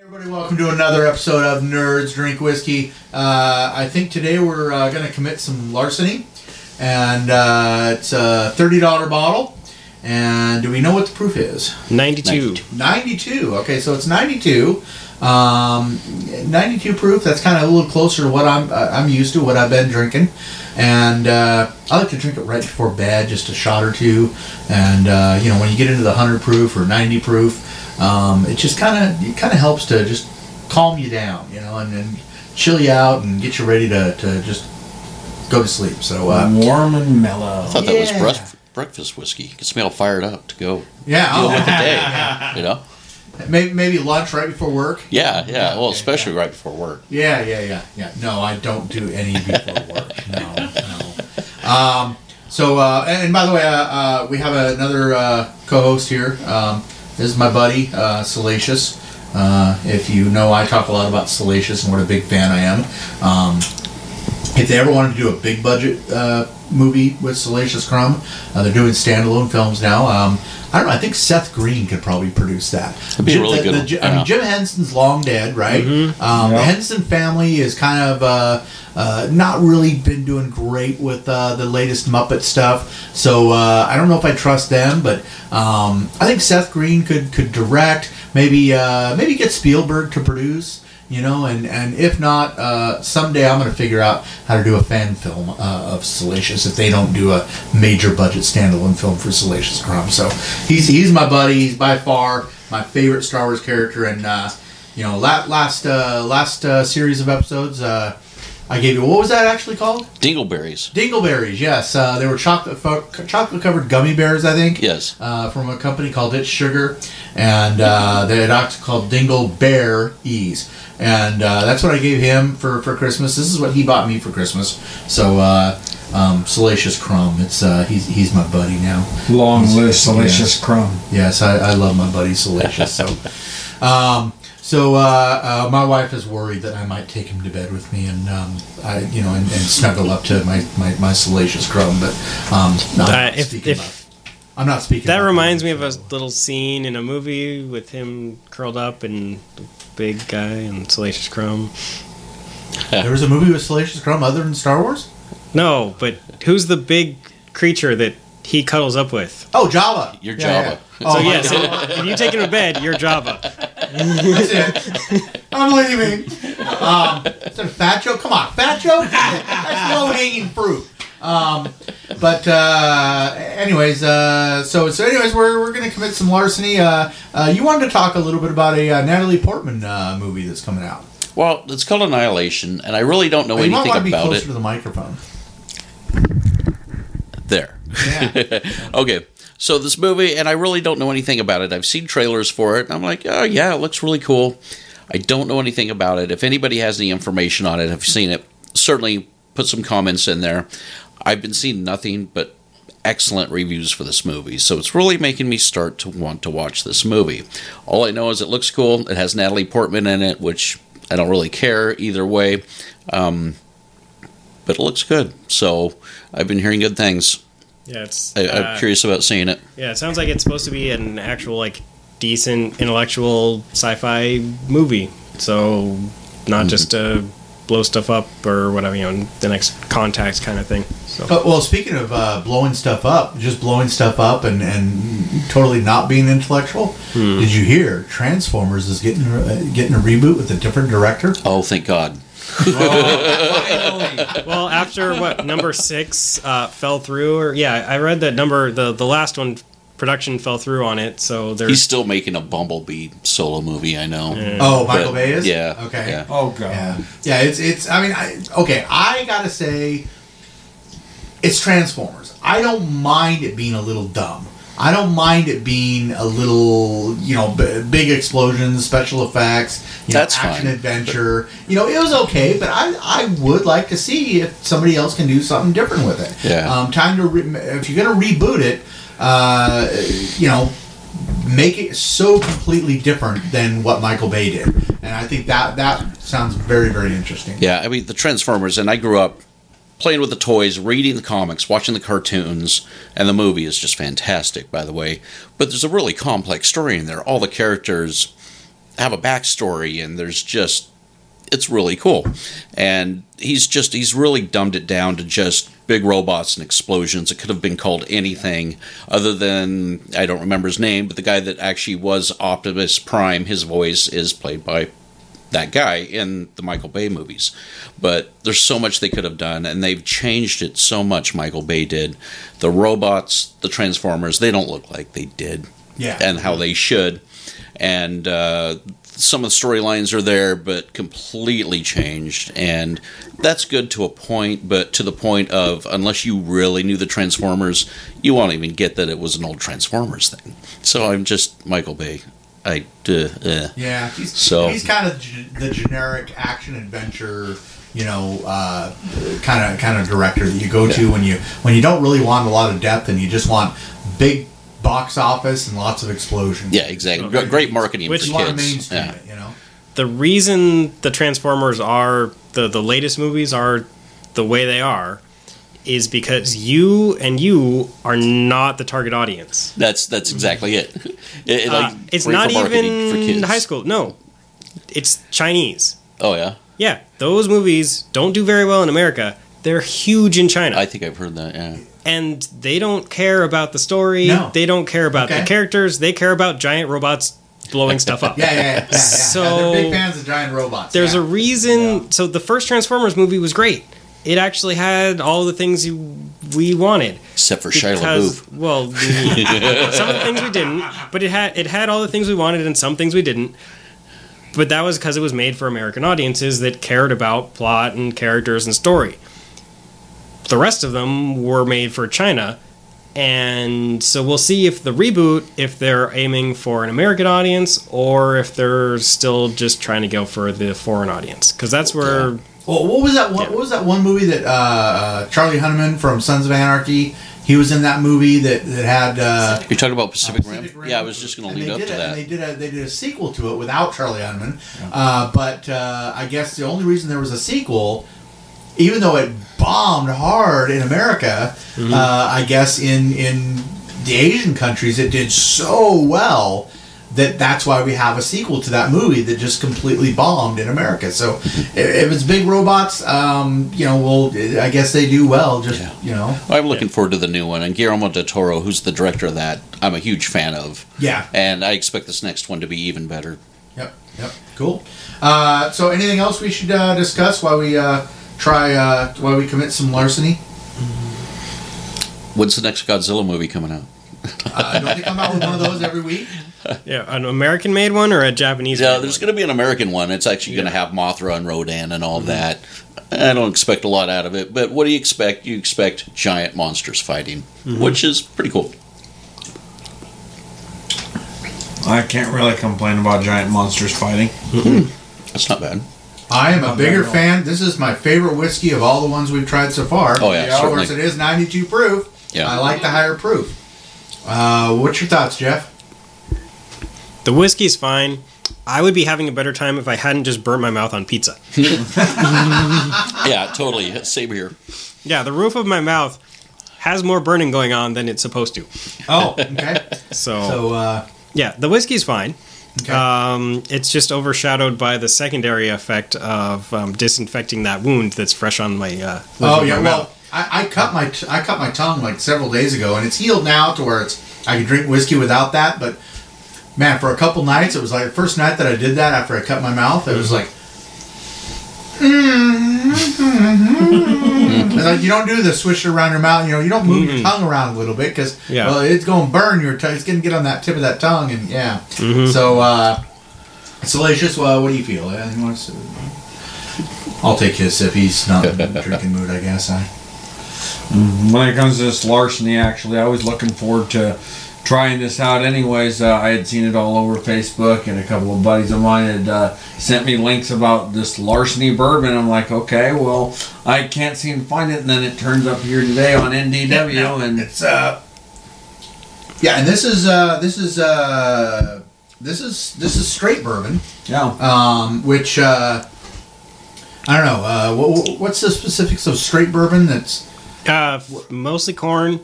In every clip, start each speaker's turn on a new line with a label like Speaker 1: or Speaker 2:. Speaker 1: Everybody, welcome to another episode of Nerds Drink Whiskey. Uh, I think today we're uh, going to commit some larceny, and uh, it's a thirty-dollar bottle. And do we know what the proof is?
Speaker 2: 92.
Speaker 1: Ninety-two. Okay, so it's ninety-two. Um, ninety-two proof. That's kind of a little closer to what I'm uh, I'm used to, what I've been drinking. And uh, I like to drink it right before bed, just a shot or two. And uh, you know, when you get into the hundred proof or ninety proof, um, it just kind of it kind of helps to just calm you down, you know, and, and chill you out and get you ready to, to just go to sleep. So uh,
Speaker 3: Warm and
Speaker 4: I
Speaker 3: mellow.
Speaker 4: thought that was
Speaker 1: Yeah.
Speaker 4: brus- breakfast whiskey. You could smell fired up to go
Speaker 1: yeah,
Speaker 4: deal with the
Speaker 1: I'll-
Speaker 4: day. You know?
Speaker 1: maybe maybe lunch right before work.
Speaker 4: Yeah, yeah. Well,
Speaker 1: okay,
Speaker 4: especially right before work.
Speaker 1: Yeah, yeah, yeah, yeah. No, I don't do any before work. No, no. Um, so, uh, and, and by the way, uh, uh, we have another uh, co-host here. Um, this is my buddy, uh, Salacious. Uh, if you know, I talk a lot about Salacious and what a big fan I am. Um, if they ever wanted to do a big budget uh, movie with Salacious Crumb, uh, they're doing standalone films now. Um, I don't know. I think Seth Green could probably produce that.
Speaker 4: That'd be a really
Speaker 1: the-
Speaker 4: good
Speaker 1: the
Speaker 4: one,
Speaker 1: J- I mean,
Speaker 4: yeah.
Speaker 1: Jim Henson's long dead, right? Um, The
Speaker 3: Yep.
Speaker 1: Henson family is kind of uh, uh, not really been doing great with uh, the latest Muppet stuff, so uh, I don't know if I trust them. But um, I think Seth Green could could direct, maybe uh, maybe get Spielberg to produce. You know, and, and if not, uh, someday I'm going to figure out how to do a fan film uh, of Salacious if they don't do a major budget standalone film for Salacious Crumb. So he's he's my buddy. He's by far my favorite Star Wars character, and uh, you know, la- last uh, last uh, series of episodes, uh, I gave you what was that actually called?
Speaker 4: Dingleberries.
Speaker 1: Dingleberries. Yes, uh, they were chocolate fo- chocolate covered gummy bears, I think.
Speaker 4: Yes.
Speaker 1: Uh, from a company called It's Sugar, and uh, they had ox called Dingle Bear Ease, and uh, that's what I gave him for, for Christmas. This is what he bought me for Christmas. So, uh, um, Salacious Crumb, it's uh, he's he's my buddy now.
Speaker 3: Long live Salacious Crumb.
Speaker 1: Yes, I, I love my buddy Salacious. So, um, so uh, uh, my wife is worried that I might take him to bed with me and um, I, you know, and, and snuggle up to my, my, my Salacious crumb. But um, no, I'm
Speaker 2: Uh,
Speaker 1: not
Speaker 2: if-
Speaker 1: speaking
Speaker 2: if-
Speaker 1: about- I'm not speaking.
Speaker 2: That
Speaker 1: about
Speaker 2: reminds me of a little scene in a movie with him curled up and the big guy and Salacious Crumb.
Speaker 1: There was a movie with Salacious Crumb other than Star Wars.
Speaker 2: No, but who's the big creature that he cuddles up with?
Speaker 1: Oh, Java.
Speaker 4: You're Java.
Speaker 1: Oh,
Speaker 2: so
Speaker 1: my
Speaker 2: yes,
Speaker 1: God.
Speaker 2: if you take him to bed, you're Java.
Speaker 1: That's it. I'm leaving. Um, instead of Fat Joe, come on, Fat Joe. That's low hanging fruit. Um, but uh, anyways, uh, so so anyways, we're, we're gonna commit some larceny. Uh, uh, you wanted to talk a little bit about a uh, Natalie Portman uh, movie that's coming out.
Speaker 4: Well, it's called Annihilation, and I really don't know
Speaker 1: Oh, you might
Speaker 4: anything
Speaker 1: want to be
Speaker 4: about
Speaker 1: closer
Speaker 4: it.
Speaker 1: to the microphone.
Speaker 4: There.
Speaker 1: Yeah.
Speaker 4: okay. So this movie, and I really don't know anything about it. I've seen trailers for it, and I'm like, oh yeah, it looks really cool. I don't know anything about it. If anybody has any information on it, have seen it, certainly put some comments in there. I've been seeing nothing but excellent reviews for this movie, so it's really making me start to want to watch this movie. All I know is it looks cool. It has Natalie Portman in it, which I don't really care either way. Um, but it looks good, so I've been hearing good things.
Speaker 2: Yeah, it's.
Speaker 4: I, I'm
Speaker 2: uh,
Speaker 4: curious about seeing it.
Speaker 2: Yeah, it sounds like it's supposed to be an actual like decent intellectual sci-fi movie. So not
Speaker 1: Mm-hmm.
Speaker 2: just to blow stuff up or whatever, you know, the next contacts kind of thing. So
Speaker 1: But, Oh, well, speaking of uh, blowing stuff up, just blowing stuff up and, and totally not being intellectual,
Speaker 4: Hmm.
Speaker 1: did you hear Transformers is getting uh, getting a reboot with a different director?
Speaker 4: Oh, thank God.
Speaker 2: well, after what number six uh, fell through, or yeah, I read that number the the last one production fell through on it. So there's
Speaker 4: He's still making a Bumblebee solo movie, I know.
Speaker 1: Oh,
Speaker 4: But-
Speaker 1: Michael Bay is.
Speaker 4: Yeah.
Speaker 1: Okay.
Speaker 4: yeah.
Speaker 3: Oh, God.
Speaker 1: Yeah. Yeah. It's it's. I mean, I, okay. I gotta say, it's Transformers. I don't mind it being a little dumb. I don't mind it being a little, you know, b- big explosions, special effects, you know,
Speaker 4: That's
Speaker 1: action
Speaker 4: fine.
Speaker 1: adventure. you know, it was okay, but I, I would like to see if somebody else can do something different with it.
Speaker 4: Yeah.
Speaker 1: Um, time to re- if you're gonna reboot it, uh, you know, make it so completely different than what Michael Bay did, and I think that that sounds very very interesting.
Speaker 4: Yeah, I mean, the Transformers, and I grew up playing with the toys, reading the comics, watching the cartoons, and the movie is just fantastic, by the way. But there's a really complex story in there. All the characters have a backstory, and there's just it's really cool. And he's just he's really dumbed it down to just big robots and explosions. It could have been called anything other than I don't remember his name, but the guy that actually was Optimus Prime, his voice is played by that guy in the Michael Bay movies. But there's so much they could have done, and they've changed it so much. Michael Bay did. The robots, the Transformers, they don't look like they did,
Speaker 1: Yeah.
Speaker 4: and how they should. And uh, some of the storylines are there, but completely changed. And that's good to a point, but to the point of unless you really knew the Transformers, you won't even get that it was an old Transformers thing. So I'm just Michael Bay. I uh, uh.
Speaker 1: Yeah, he's
Speaker 4: So-
Speaker 1: he's kind of g- the generic action adventure, you know, uh, kind of kind of director that you go to when you when you don't really want a lot of depth and you just want big box office and lots of explosions.
Speaker 4: Yeah, exactly. Gr- Great marketing
Speaker 2: Which
Speaker 4: for
Speaker 1: you want to
Speaker 4: kids.
Speaker 1: mainstream
Speaker 4: Yeah.
Speaker 1: it, you know.
Speaker 2: the reason the Transformers are the the latest movies are the way they are is because you and you are not the target audience.
Speaker 4: That's that's exactly it. It- it, like,
Speaker 2: Uh, it's
Speaker 4: great
Speaker 2: not
Speaker 4: for marketing for
Speaker 2: even
Speaker 4: kids.
Speaker 2: high school. No, it's Chinese.
Speaker 4: Oh yeah,
Speaker 2: Yeah, those movies don't do very well in America. They're huge in China,
Speaker 4: I think I've heard that. Yeah,
Speaker 2: and they don't care about the story.
Speaker 1: No.
Speaker 2: They don't care about
Speaker 1: Okay.
Speaker 2: the characters. They care about giant robots blowing stuff up.
Speaker 1: Yeah, yeah, yeah. yeah, yeah.
Speaker 2: So-
Speaker 1: they're big fans of giant robots.
Speaker 2: There's
Speaker 1: yeah.
Speaker 2: a reason. So the first Transformers movie was great. It actually had all the things you, we wanted.
Speaker 4: except for Shia
Speaker 2: because,
Speaker 4: LaBeouf.
Speaker 2: well, we- some of the things we didn't, but it had it had all the things we wanted and some things we didn't. But that was because it was made for American audiences that cared about plot and characters and story. The rest of them were made for China, and so we'll see if the reboot, if they're aiming for an American audience or if they're still just trying to go for the foreign audience, because that's where
Speaker 1: Well, what was that? One,
Speaker 2: Yeah.
Speaker 1: What was that one movie that uh, uh, Charlie Hunnam from Sons of Anarchy? He was in that movie that that had. Uh,
Speaker 4: You're talking about Pacific,
Speaker 1: Pacific
Speaker 4: Rim?
Speaker 1: Rim.
Speaker 4: Yeah, I was just going to
Speaker 1: And
Speaker 4: lead
Speaker 1: they
Speaker 4: up
Speaker 1: did
Speaker 4: to
Speaker 1: it,
Speaker 4: that.
Speaker 1: And they did a they did a sequel to it without Charlie Hunnam. Uh, but uh, I guess the only reason there was a sequel, even though it bombed hard in America,
Speaker 4: Mm-hmm.
Speaker 1: uh, I guess in in the Asian countries it did so well that that's why we have a sequel to that movie that just completely bombed in America. So if, if it's big robots, um, you know, well, I guess they do well. Just
Speaker 4: Yeah.
Speaker 1: you know,
Speaker 4: I'm looking forward to the new one. And Guillermo del Toro, who's the director of that, I'm a huge fan of.
Speaker 1: yeah.
Speaker 4: And I expect this next one to be even better.
Speaker 1: Yep. Yep. Cool. Uh, so, anything else we should uh, discuss while we uh, try uh, while we commit some larceny?
Speaker 4: When's the next Godzilla movie coming out?
Speaker 1: Uh, don't they come out with one of those every week?
Speaker 2: yeah, an American made one or a Japanese.
Speaker 4: Yeah,
Speaker 2: made
Speaker 4: there's
Speaker 2: one?
Speaker 4: going to be an American one. It's actually going to have Mothra and Rodan
Speaker 1: Mm-hmm.
Speaker 4: and all that. I don't expect a lot out of it, but what do you expect? You expect giant monsters fighting,
Speaker 1: Mm-hmm.
Speaker 4: which is pretty cool.
Speaker 3: I can't really complain about giant monsters fighting.
Speaker 4: That's not bad.
Speaker 1: I am a
Speaker 3: Not
Speaker 1: bigger
Speaker 3: bad at all.
Speaker 1: fan. This is my favorite whiskey of all the ones we've tried so far.
Speaker 4: Oh, yeah,
Speaker 1: of course it
Speaker 4: certainly.
Speaker 1: is 92 proof.
Speaker 4: Yeah.
Speaker 1: I like the higher proof. Uh, what's your thoughts, Jeff?
Speaker 2: The whiskey's fine. I would be having a better time if I hadn't just burnt my mouth on pizza.
Speaker 4: Yeah, totally. Same here.
Speaker 2: Yeah, the roof of my mouth has more burning going on than it's supposed to.
Speaker 1: Oh, okay.
Speaker 2: So,
Speaker 1: so, uh,
Speaker 2: yeah, the whiskey's fine.
Speaker 1: okay.
Speaker 2: Um, it's just overshadowed by the secondary effect of um, disinfecting that wound that's fresh on my. Uh, roof
Speaker 1: Oh
Speaker 2: of
Speaker 1: yeah,
Speaker 2: my
Speaker 1: well, I, I cut my t- I cut my tongue like several days ago, and it's healed now to where it's I can drink whiskey without that. But man, for a couple nights, it was like the first night that I did that after I cut my mouth, it was like, It's like you don't do the swish it around your mouth. You know, you don't move your tongue around a little bit because
Speaker 2: Yeah.
Speaker 1: well, it's going to burn your tongue. It's going to get on that tip of that tongue, and yeah. So, uh, Salacious, well, what do you feel? Anything you want to- I'll take his sip. He's not in a drinking mood, I guess. I.
Speaker 3: When it comes to this larceny, actually, I was looking forward to trying this out. Anyways, uh, I had seen it all over Facebook, and a couple of buddies of mine had uh, sent me links about this larceny bourbon. I'm like, okay, well, I can't seem to find it, and then it turns up here today on NDW, and
Speaker 1: It's uh Yeah, and this is uh this is uh this is this is straight bourbon,
Speaker 3: yeah,
Speaker 1: um, which uh, I don't know. Uh, wha- wha- what's the specifics of straight bourbon? That's
Speaker 2: mouth. Uh, f- mostly corn,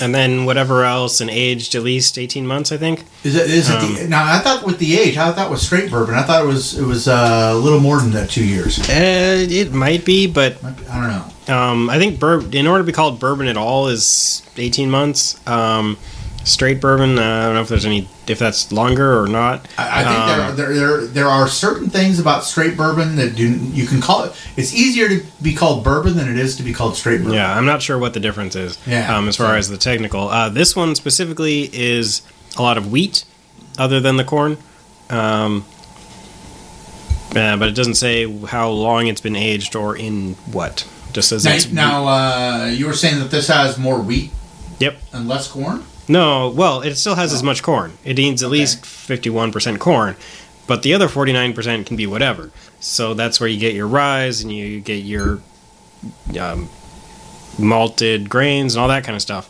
Speaker 2: and then whatever else, and aged at least eighteen months, I think.
Speaker 1: Is it is it the now? I thought with the age, I thought it was straight bourbon. I thought it was it was uh, a little more than that, two years.
Speaker 2: Uh, it might be, but
Speaker 1: Might be- I don't know.
Speaker 2: um, I think bur- in order to be called bourbon at all is 18 months. Um, straight bourbon, uh, I don't know if there's any if that's longer or not.
Speaker 1: I, I think
Speaker 2: Um,
Speaker 1: there, are, there there there are certain things about straight bourbon that do you can call it. It's easier to be called bourbon than it is to be called straight bourbon.
Speaker 2: Yeah, I'm not sure what the difference is.
Speaker 1: Yeah.
Speaker 2: Um, as far as the technical, uh, this one specifically is a lot of wheat, other than the corn. Um, uh, but it doesn't say how long it's been aged or in what. Just says
Speaker 1: Now,
Speaker 2: it's
Speaker 1: now uh, you were saying that this has more wheat
Speaker 2: Yep.
Speaker 1: and less corn.
Speaker 2: No, well, it still has as much corn. It needs at least 51% corn, but the other 49% can be whatever. So that's where you get your rise and you get your um, malted grains and all that kind of stuff.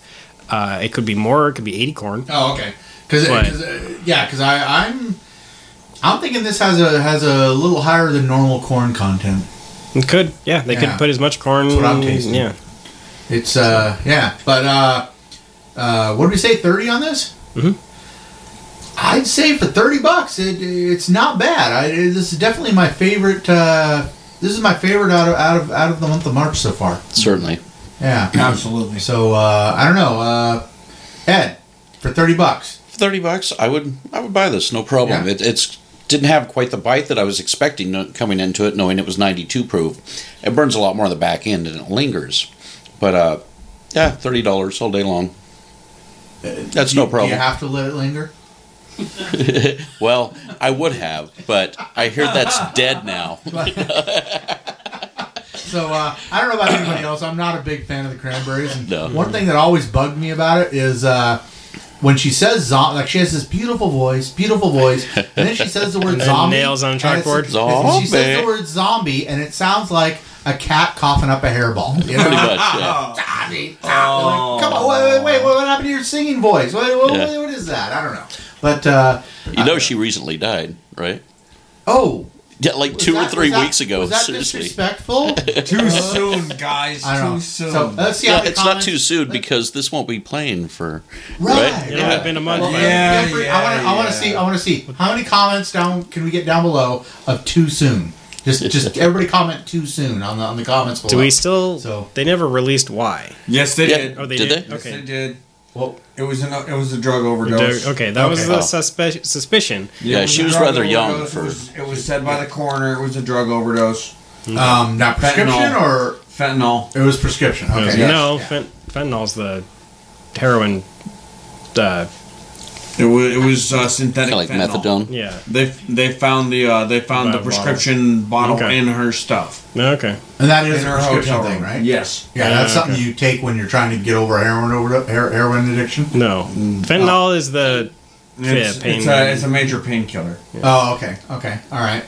Speaker 2: Uh, it could be more, it could be 80 corn.
Speaker 1: Oh, okay. Because
Speaker 2: Right.
Speaker 1: uh, yeah, because I I'm I'm thinking this has a has a little higher than normal corn content.
Speaker 2: It could, yeah, they
Speaker 1: Yeah.
Speaker 2: could put as much corn.
Speaker 1: That's what I'm tasting.
Speaker 2: Yeah.
Speaker 1: It's uh yeah, but uh, uh what did we say thirty on this?
Speaker 2: Mhm.
Speaker 1: I'd say for thirty bucks, it it's not bad. I this is definitely my favorite. Uh, this is my favorite out of out of out of the month of March so far.
Speaker 4: Certainly.
Speaker 1: Mm-hmm. Yeah.
Speaker 3: Absolutely.
Speaker 1: so uh, I don't know, uh, Ed, for thirty bucks.
Speaker 4: For thirty bucks, I would I would buy this, no problem.
Speaker 1: Yeah.
Speaker 4: It it's didn't have quite the bite that I was expecting uh, coming into it, knowing it was ninety two proof. It burns a lot more on the back end and it lingers, but uh, yeah, thirty dollars all day long. That's no
Speaker 1: Uh, Do you
Speaker 4: problem.
Speaker 1: have to let it linger?
Speaker 4: well, I would have, but I hear that's dead now.
Speaker 1: So uh, I don't know about anybody else. I'm not a big fan of the cranberries. And
Speaker 4: No.
Speaker 1: One thing that always bugged me about it is uh, when she says zombie. Like she has this beautiful voice, beautiful voice, and then she says the word
Speaker 2: then
Speaker 1: zombie.
Speaker 2: nails on a
Speaker 1: and it's-
Speaker 2: chalkboard.
Speaker 1: it's- She says the
Speaker 4: Zombie.
Speaker 1: word zombie, and it sounds like a cat coughing up a hairball. You know?
Speaker 4: Pretty much. Yeah.
Speaker 1: Zombie, zombie. Like, come on, wait, wait, wait. What, what happened to your singing voice? What, what,
Speaker 4: Yeah.
Speaker 1: what is that? I don't know. But uh,
Speaker 4: You know, she recently died, right?
Speaker 1: oh,
Speaker 4: Yeah, like
Speaker 1: was
Speaker 4: two or
Speaker 1: that-
Speaker 4: three
Speaker 1: was that-
Speaker 4: weeks ago.
Speaker 1: Was that
Speaker 4: Seriously.
Speaker 1: disrespectful?
Speaker 3: Too soon, guys.
Speaker 1: I don't know.
Speaker 3: Too soon.
Speaker 1: So let's see.
Speaker 4: No,
Speaker 1: how the
Speaker 4: it's not
Speaker 1: comments-
Speaker 4: too soon because this won't be playing for
Speaker 1: Right.
Speaker 4: right?
Speaker 2: It'll have been a month.
Speaker 1: Well,
Speaker 2: by
Speaker 3: yeah.
Speaker 1: Jeffrey, I want to. I want to
Speaker 3: yeah.
Speaker 1: see. I want to see how many comments down can we get down below of too soon. Just, just everybody comment too soon on the on the comments below.
Speaker 2: Do we still?
Speaker 1: So-
Speaker 2: They never released why.
Speaker 3: Yes, they
Speaker 4: Yeah.
Speaker 3: did.
Speaker 2: Oh, they
Speaker 4: Did
Speaker 2: did.
Speaker 4: they?
Speaker 3: Yes,
Speaker 2: Okay.
Speaker 3: they did.
Speaker 1: Well,
Speaker 3: It was an it was a drug overdose.
Speaker 2: Okay, that was
Speaker 1: Okay.
Speaker 2: the
Speaker 4: Oh.
Speaker 2: suspe- suspicion.
Speaker 4: Yeah,
Speaker 3: it a
Speaker 4: she was
Speaker 3: drug
Speaker 4: rather young
Speaker 3: overdose.
Speaker 4: for-
Speaker 3: It was, it was said by the coroner. It was a drug overdose.
Speaker 1: um, not prescription or
Speaker 3: Fentanyl.
Speaker 1: it was prescription.
Speaker 2: It was-
Speaker 1: Okay.
Speaker 2: No, fent- fentanyl's the heroin. Uh,
Speaker 3: It was it was uh, synthetic
Speaker 4: Kinda like
Speaker 3: fentanyl.
Speaker 4: methadone.
Speaker 2: yeah.
Speaker 3: They they found the uh, they found
Speaker 2: By
Speaker 3: the
Speaker 2: a
Speaker 3: prescription bottle,
Speaker 2: Okay.
Speaker 3: in her stuff
Speaker 2: Okay.
Speaker 1: And that is
Speaker 3: in
Speaker 1: a
Speaker 3: her
Speaker 1: prescription
Speaker 3: hotel
Speaker 1: thing,
Speaker 3: room.
Speaker 1: right?
Speaker 3: Yes.
Speaker 1: Yeah,
Speaker 2: Yeah,
Speaker 1: that's something
Speaker 2: Uh, okay.
Speaker 1: you take when you're trying to get over a heroin over heroin addiction.
Speaker 2: No, fentanyl is the
Speaker 3: It's,
Speaker 2: Yeah, pain-
Speaker 3: it's, a, it's a major painkiller.
Speaker 1: Oh, okay, okay, all right.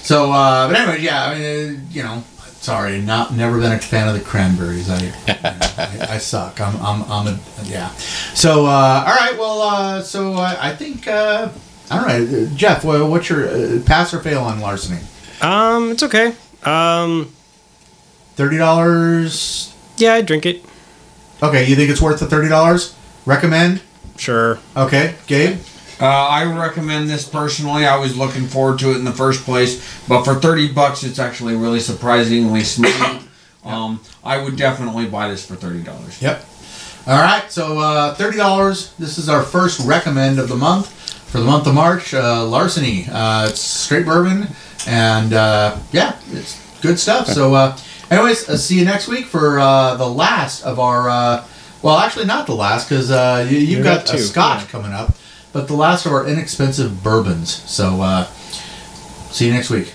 Speaker 1: So, uh, but anyway, yeah, I mean, uh, you know, sorry, not never been a fan of the cranberries. I, I, I suck. I'm, I'm, I'm a, yeah. So, uh, all right, well, uh, so I, I think, uh, I don't know, uh, Jeff, wha- what's your uh, pass or fail on larceny?
Speaker 2: um. It's okay. Um.
Speaker 1: Thirty dollars.
Speaker 2: Yeah, I drink it.
Speaker 1: Okay, you think it's worth the thirty dollars? Recommend.
Speaker 2: Sure.
Speaker 1: Okay, Gabe.
Speaker 3: Uh, I recommend this personally. I was looking forward to it in the first place, but for thirty bucks, it's actually really surprisingly smooth. um, I would definitely buy this for thirty dollars.
Speaker 1: Yep. All right, so uh, thirty dollars. This is our first recommend of the month for the month of March. Uh, Larceny. Uh, it's straight bourbon, and uh, yeah, it's good stuff. So, uh, anyways, uh, see you next week for uh, the last of our. Uh, well, actually, not the last because uh, you, you've
Speaker 2: You
Speaker 1: got,
Speaker 2: got
Speaker 1: a
Speaker 2: two,
Speaker 1: Scotch
Speaker 2: yeah.
Speaker 1: coming up, but the last of our inexpensive bourbons. So, uh, see you next week.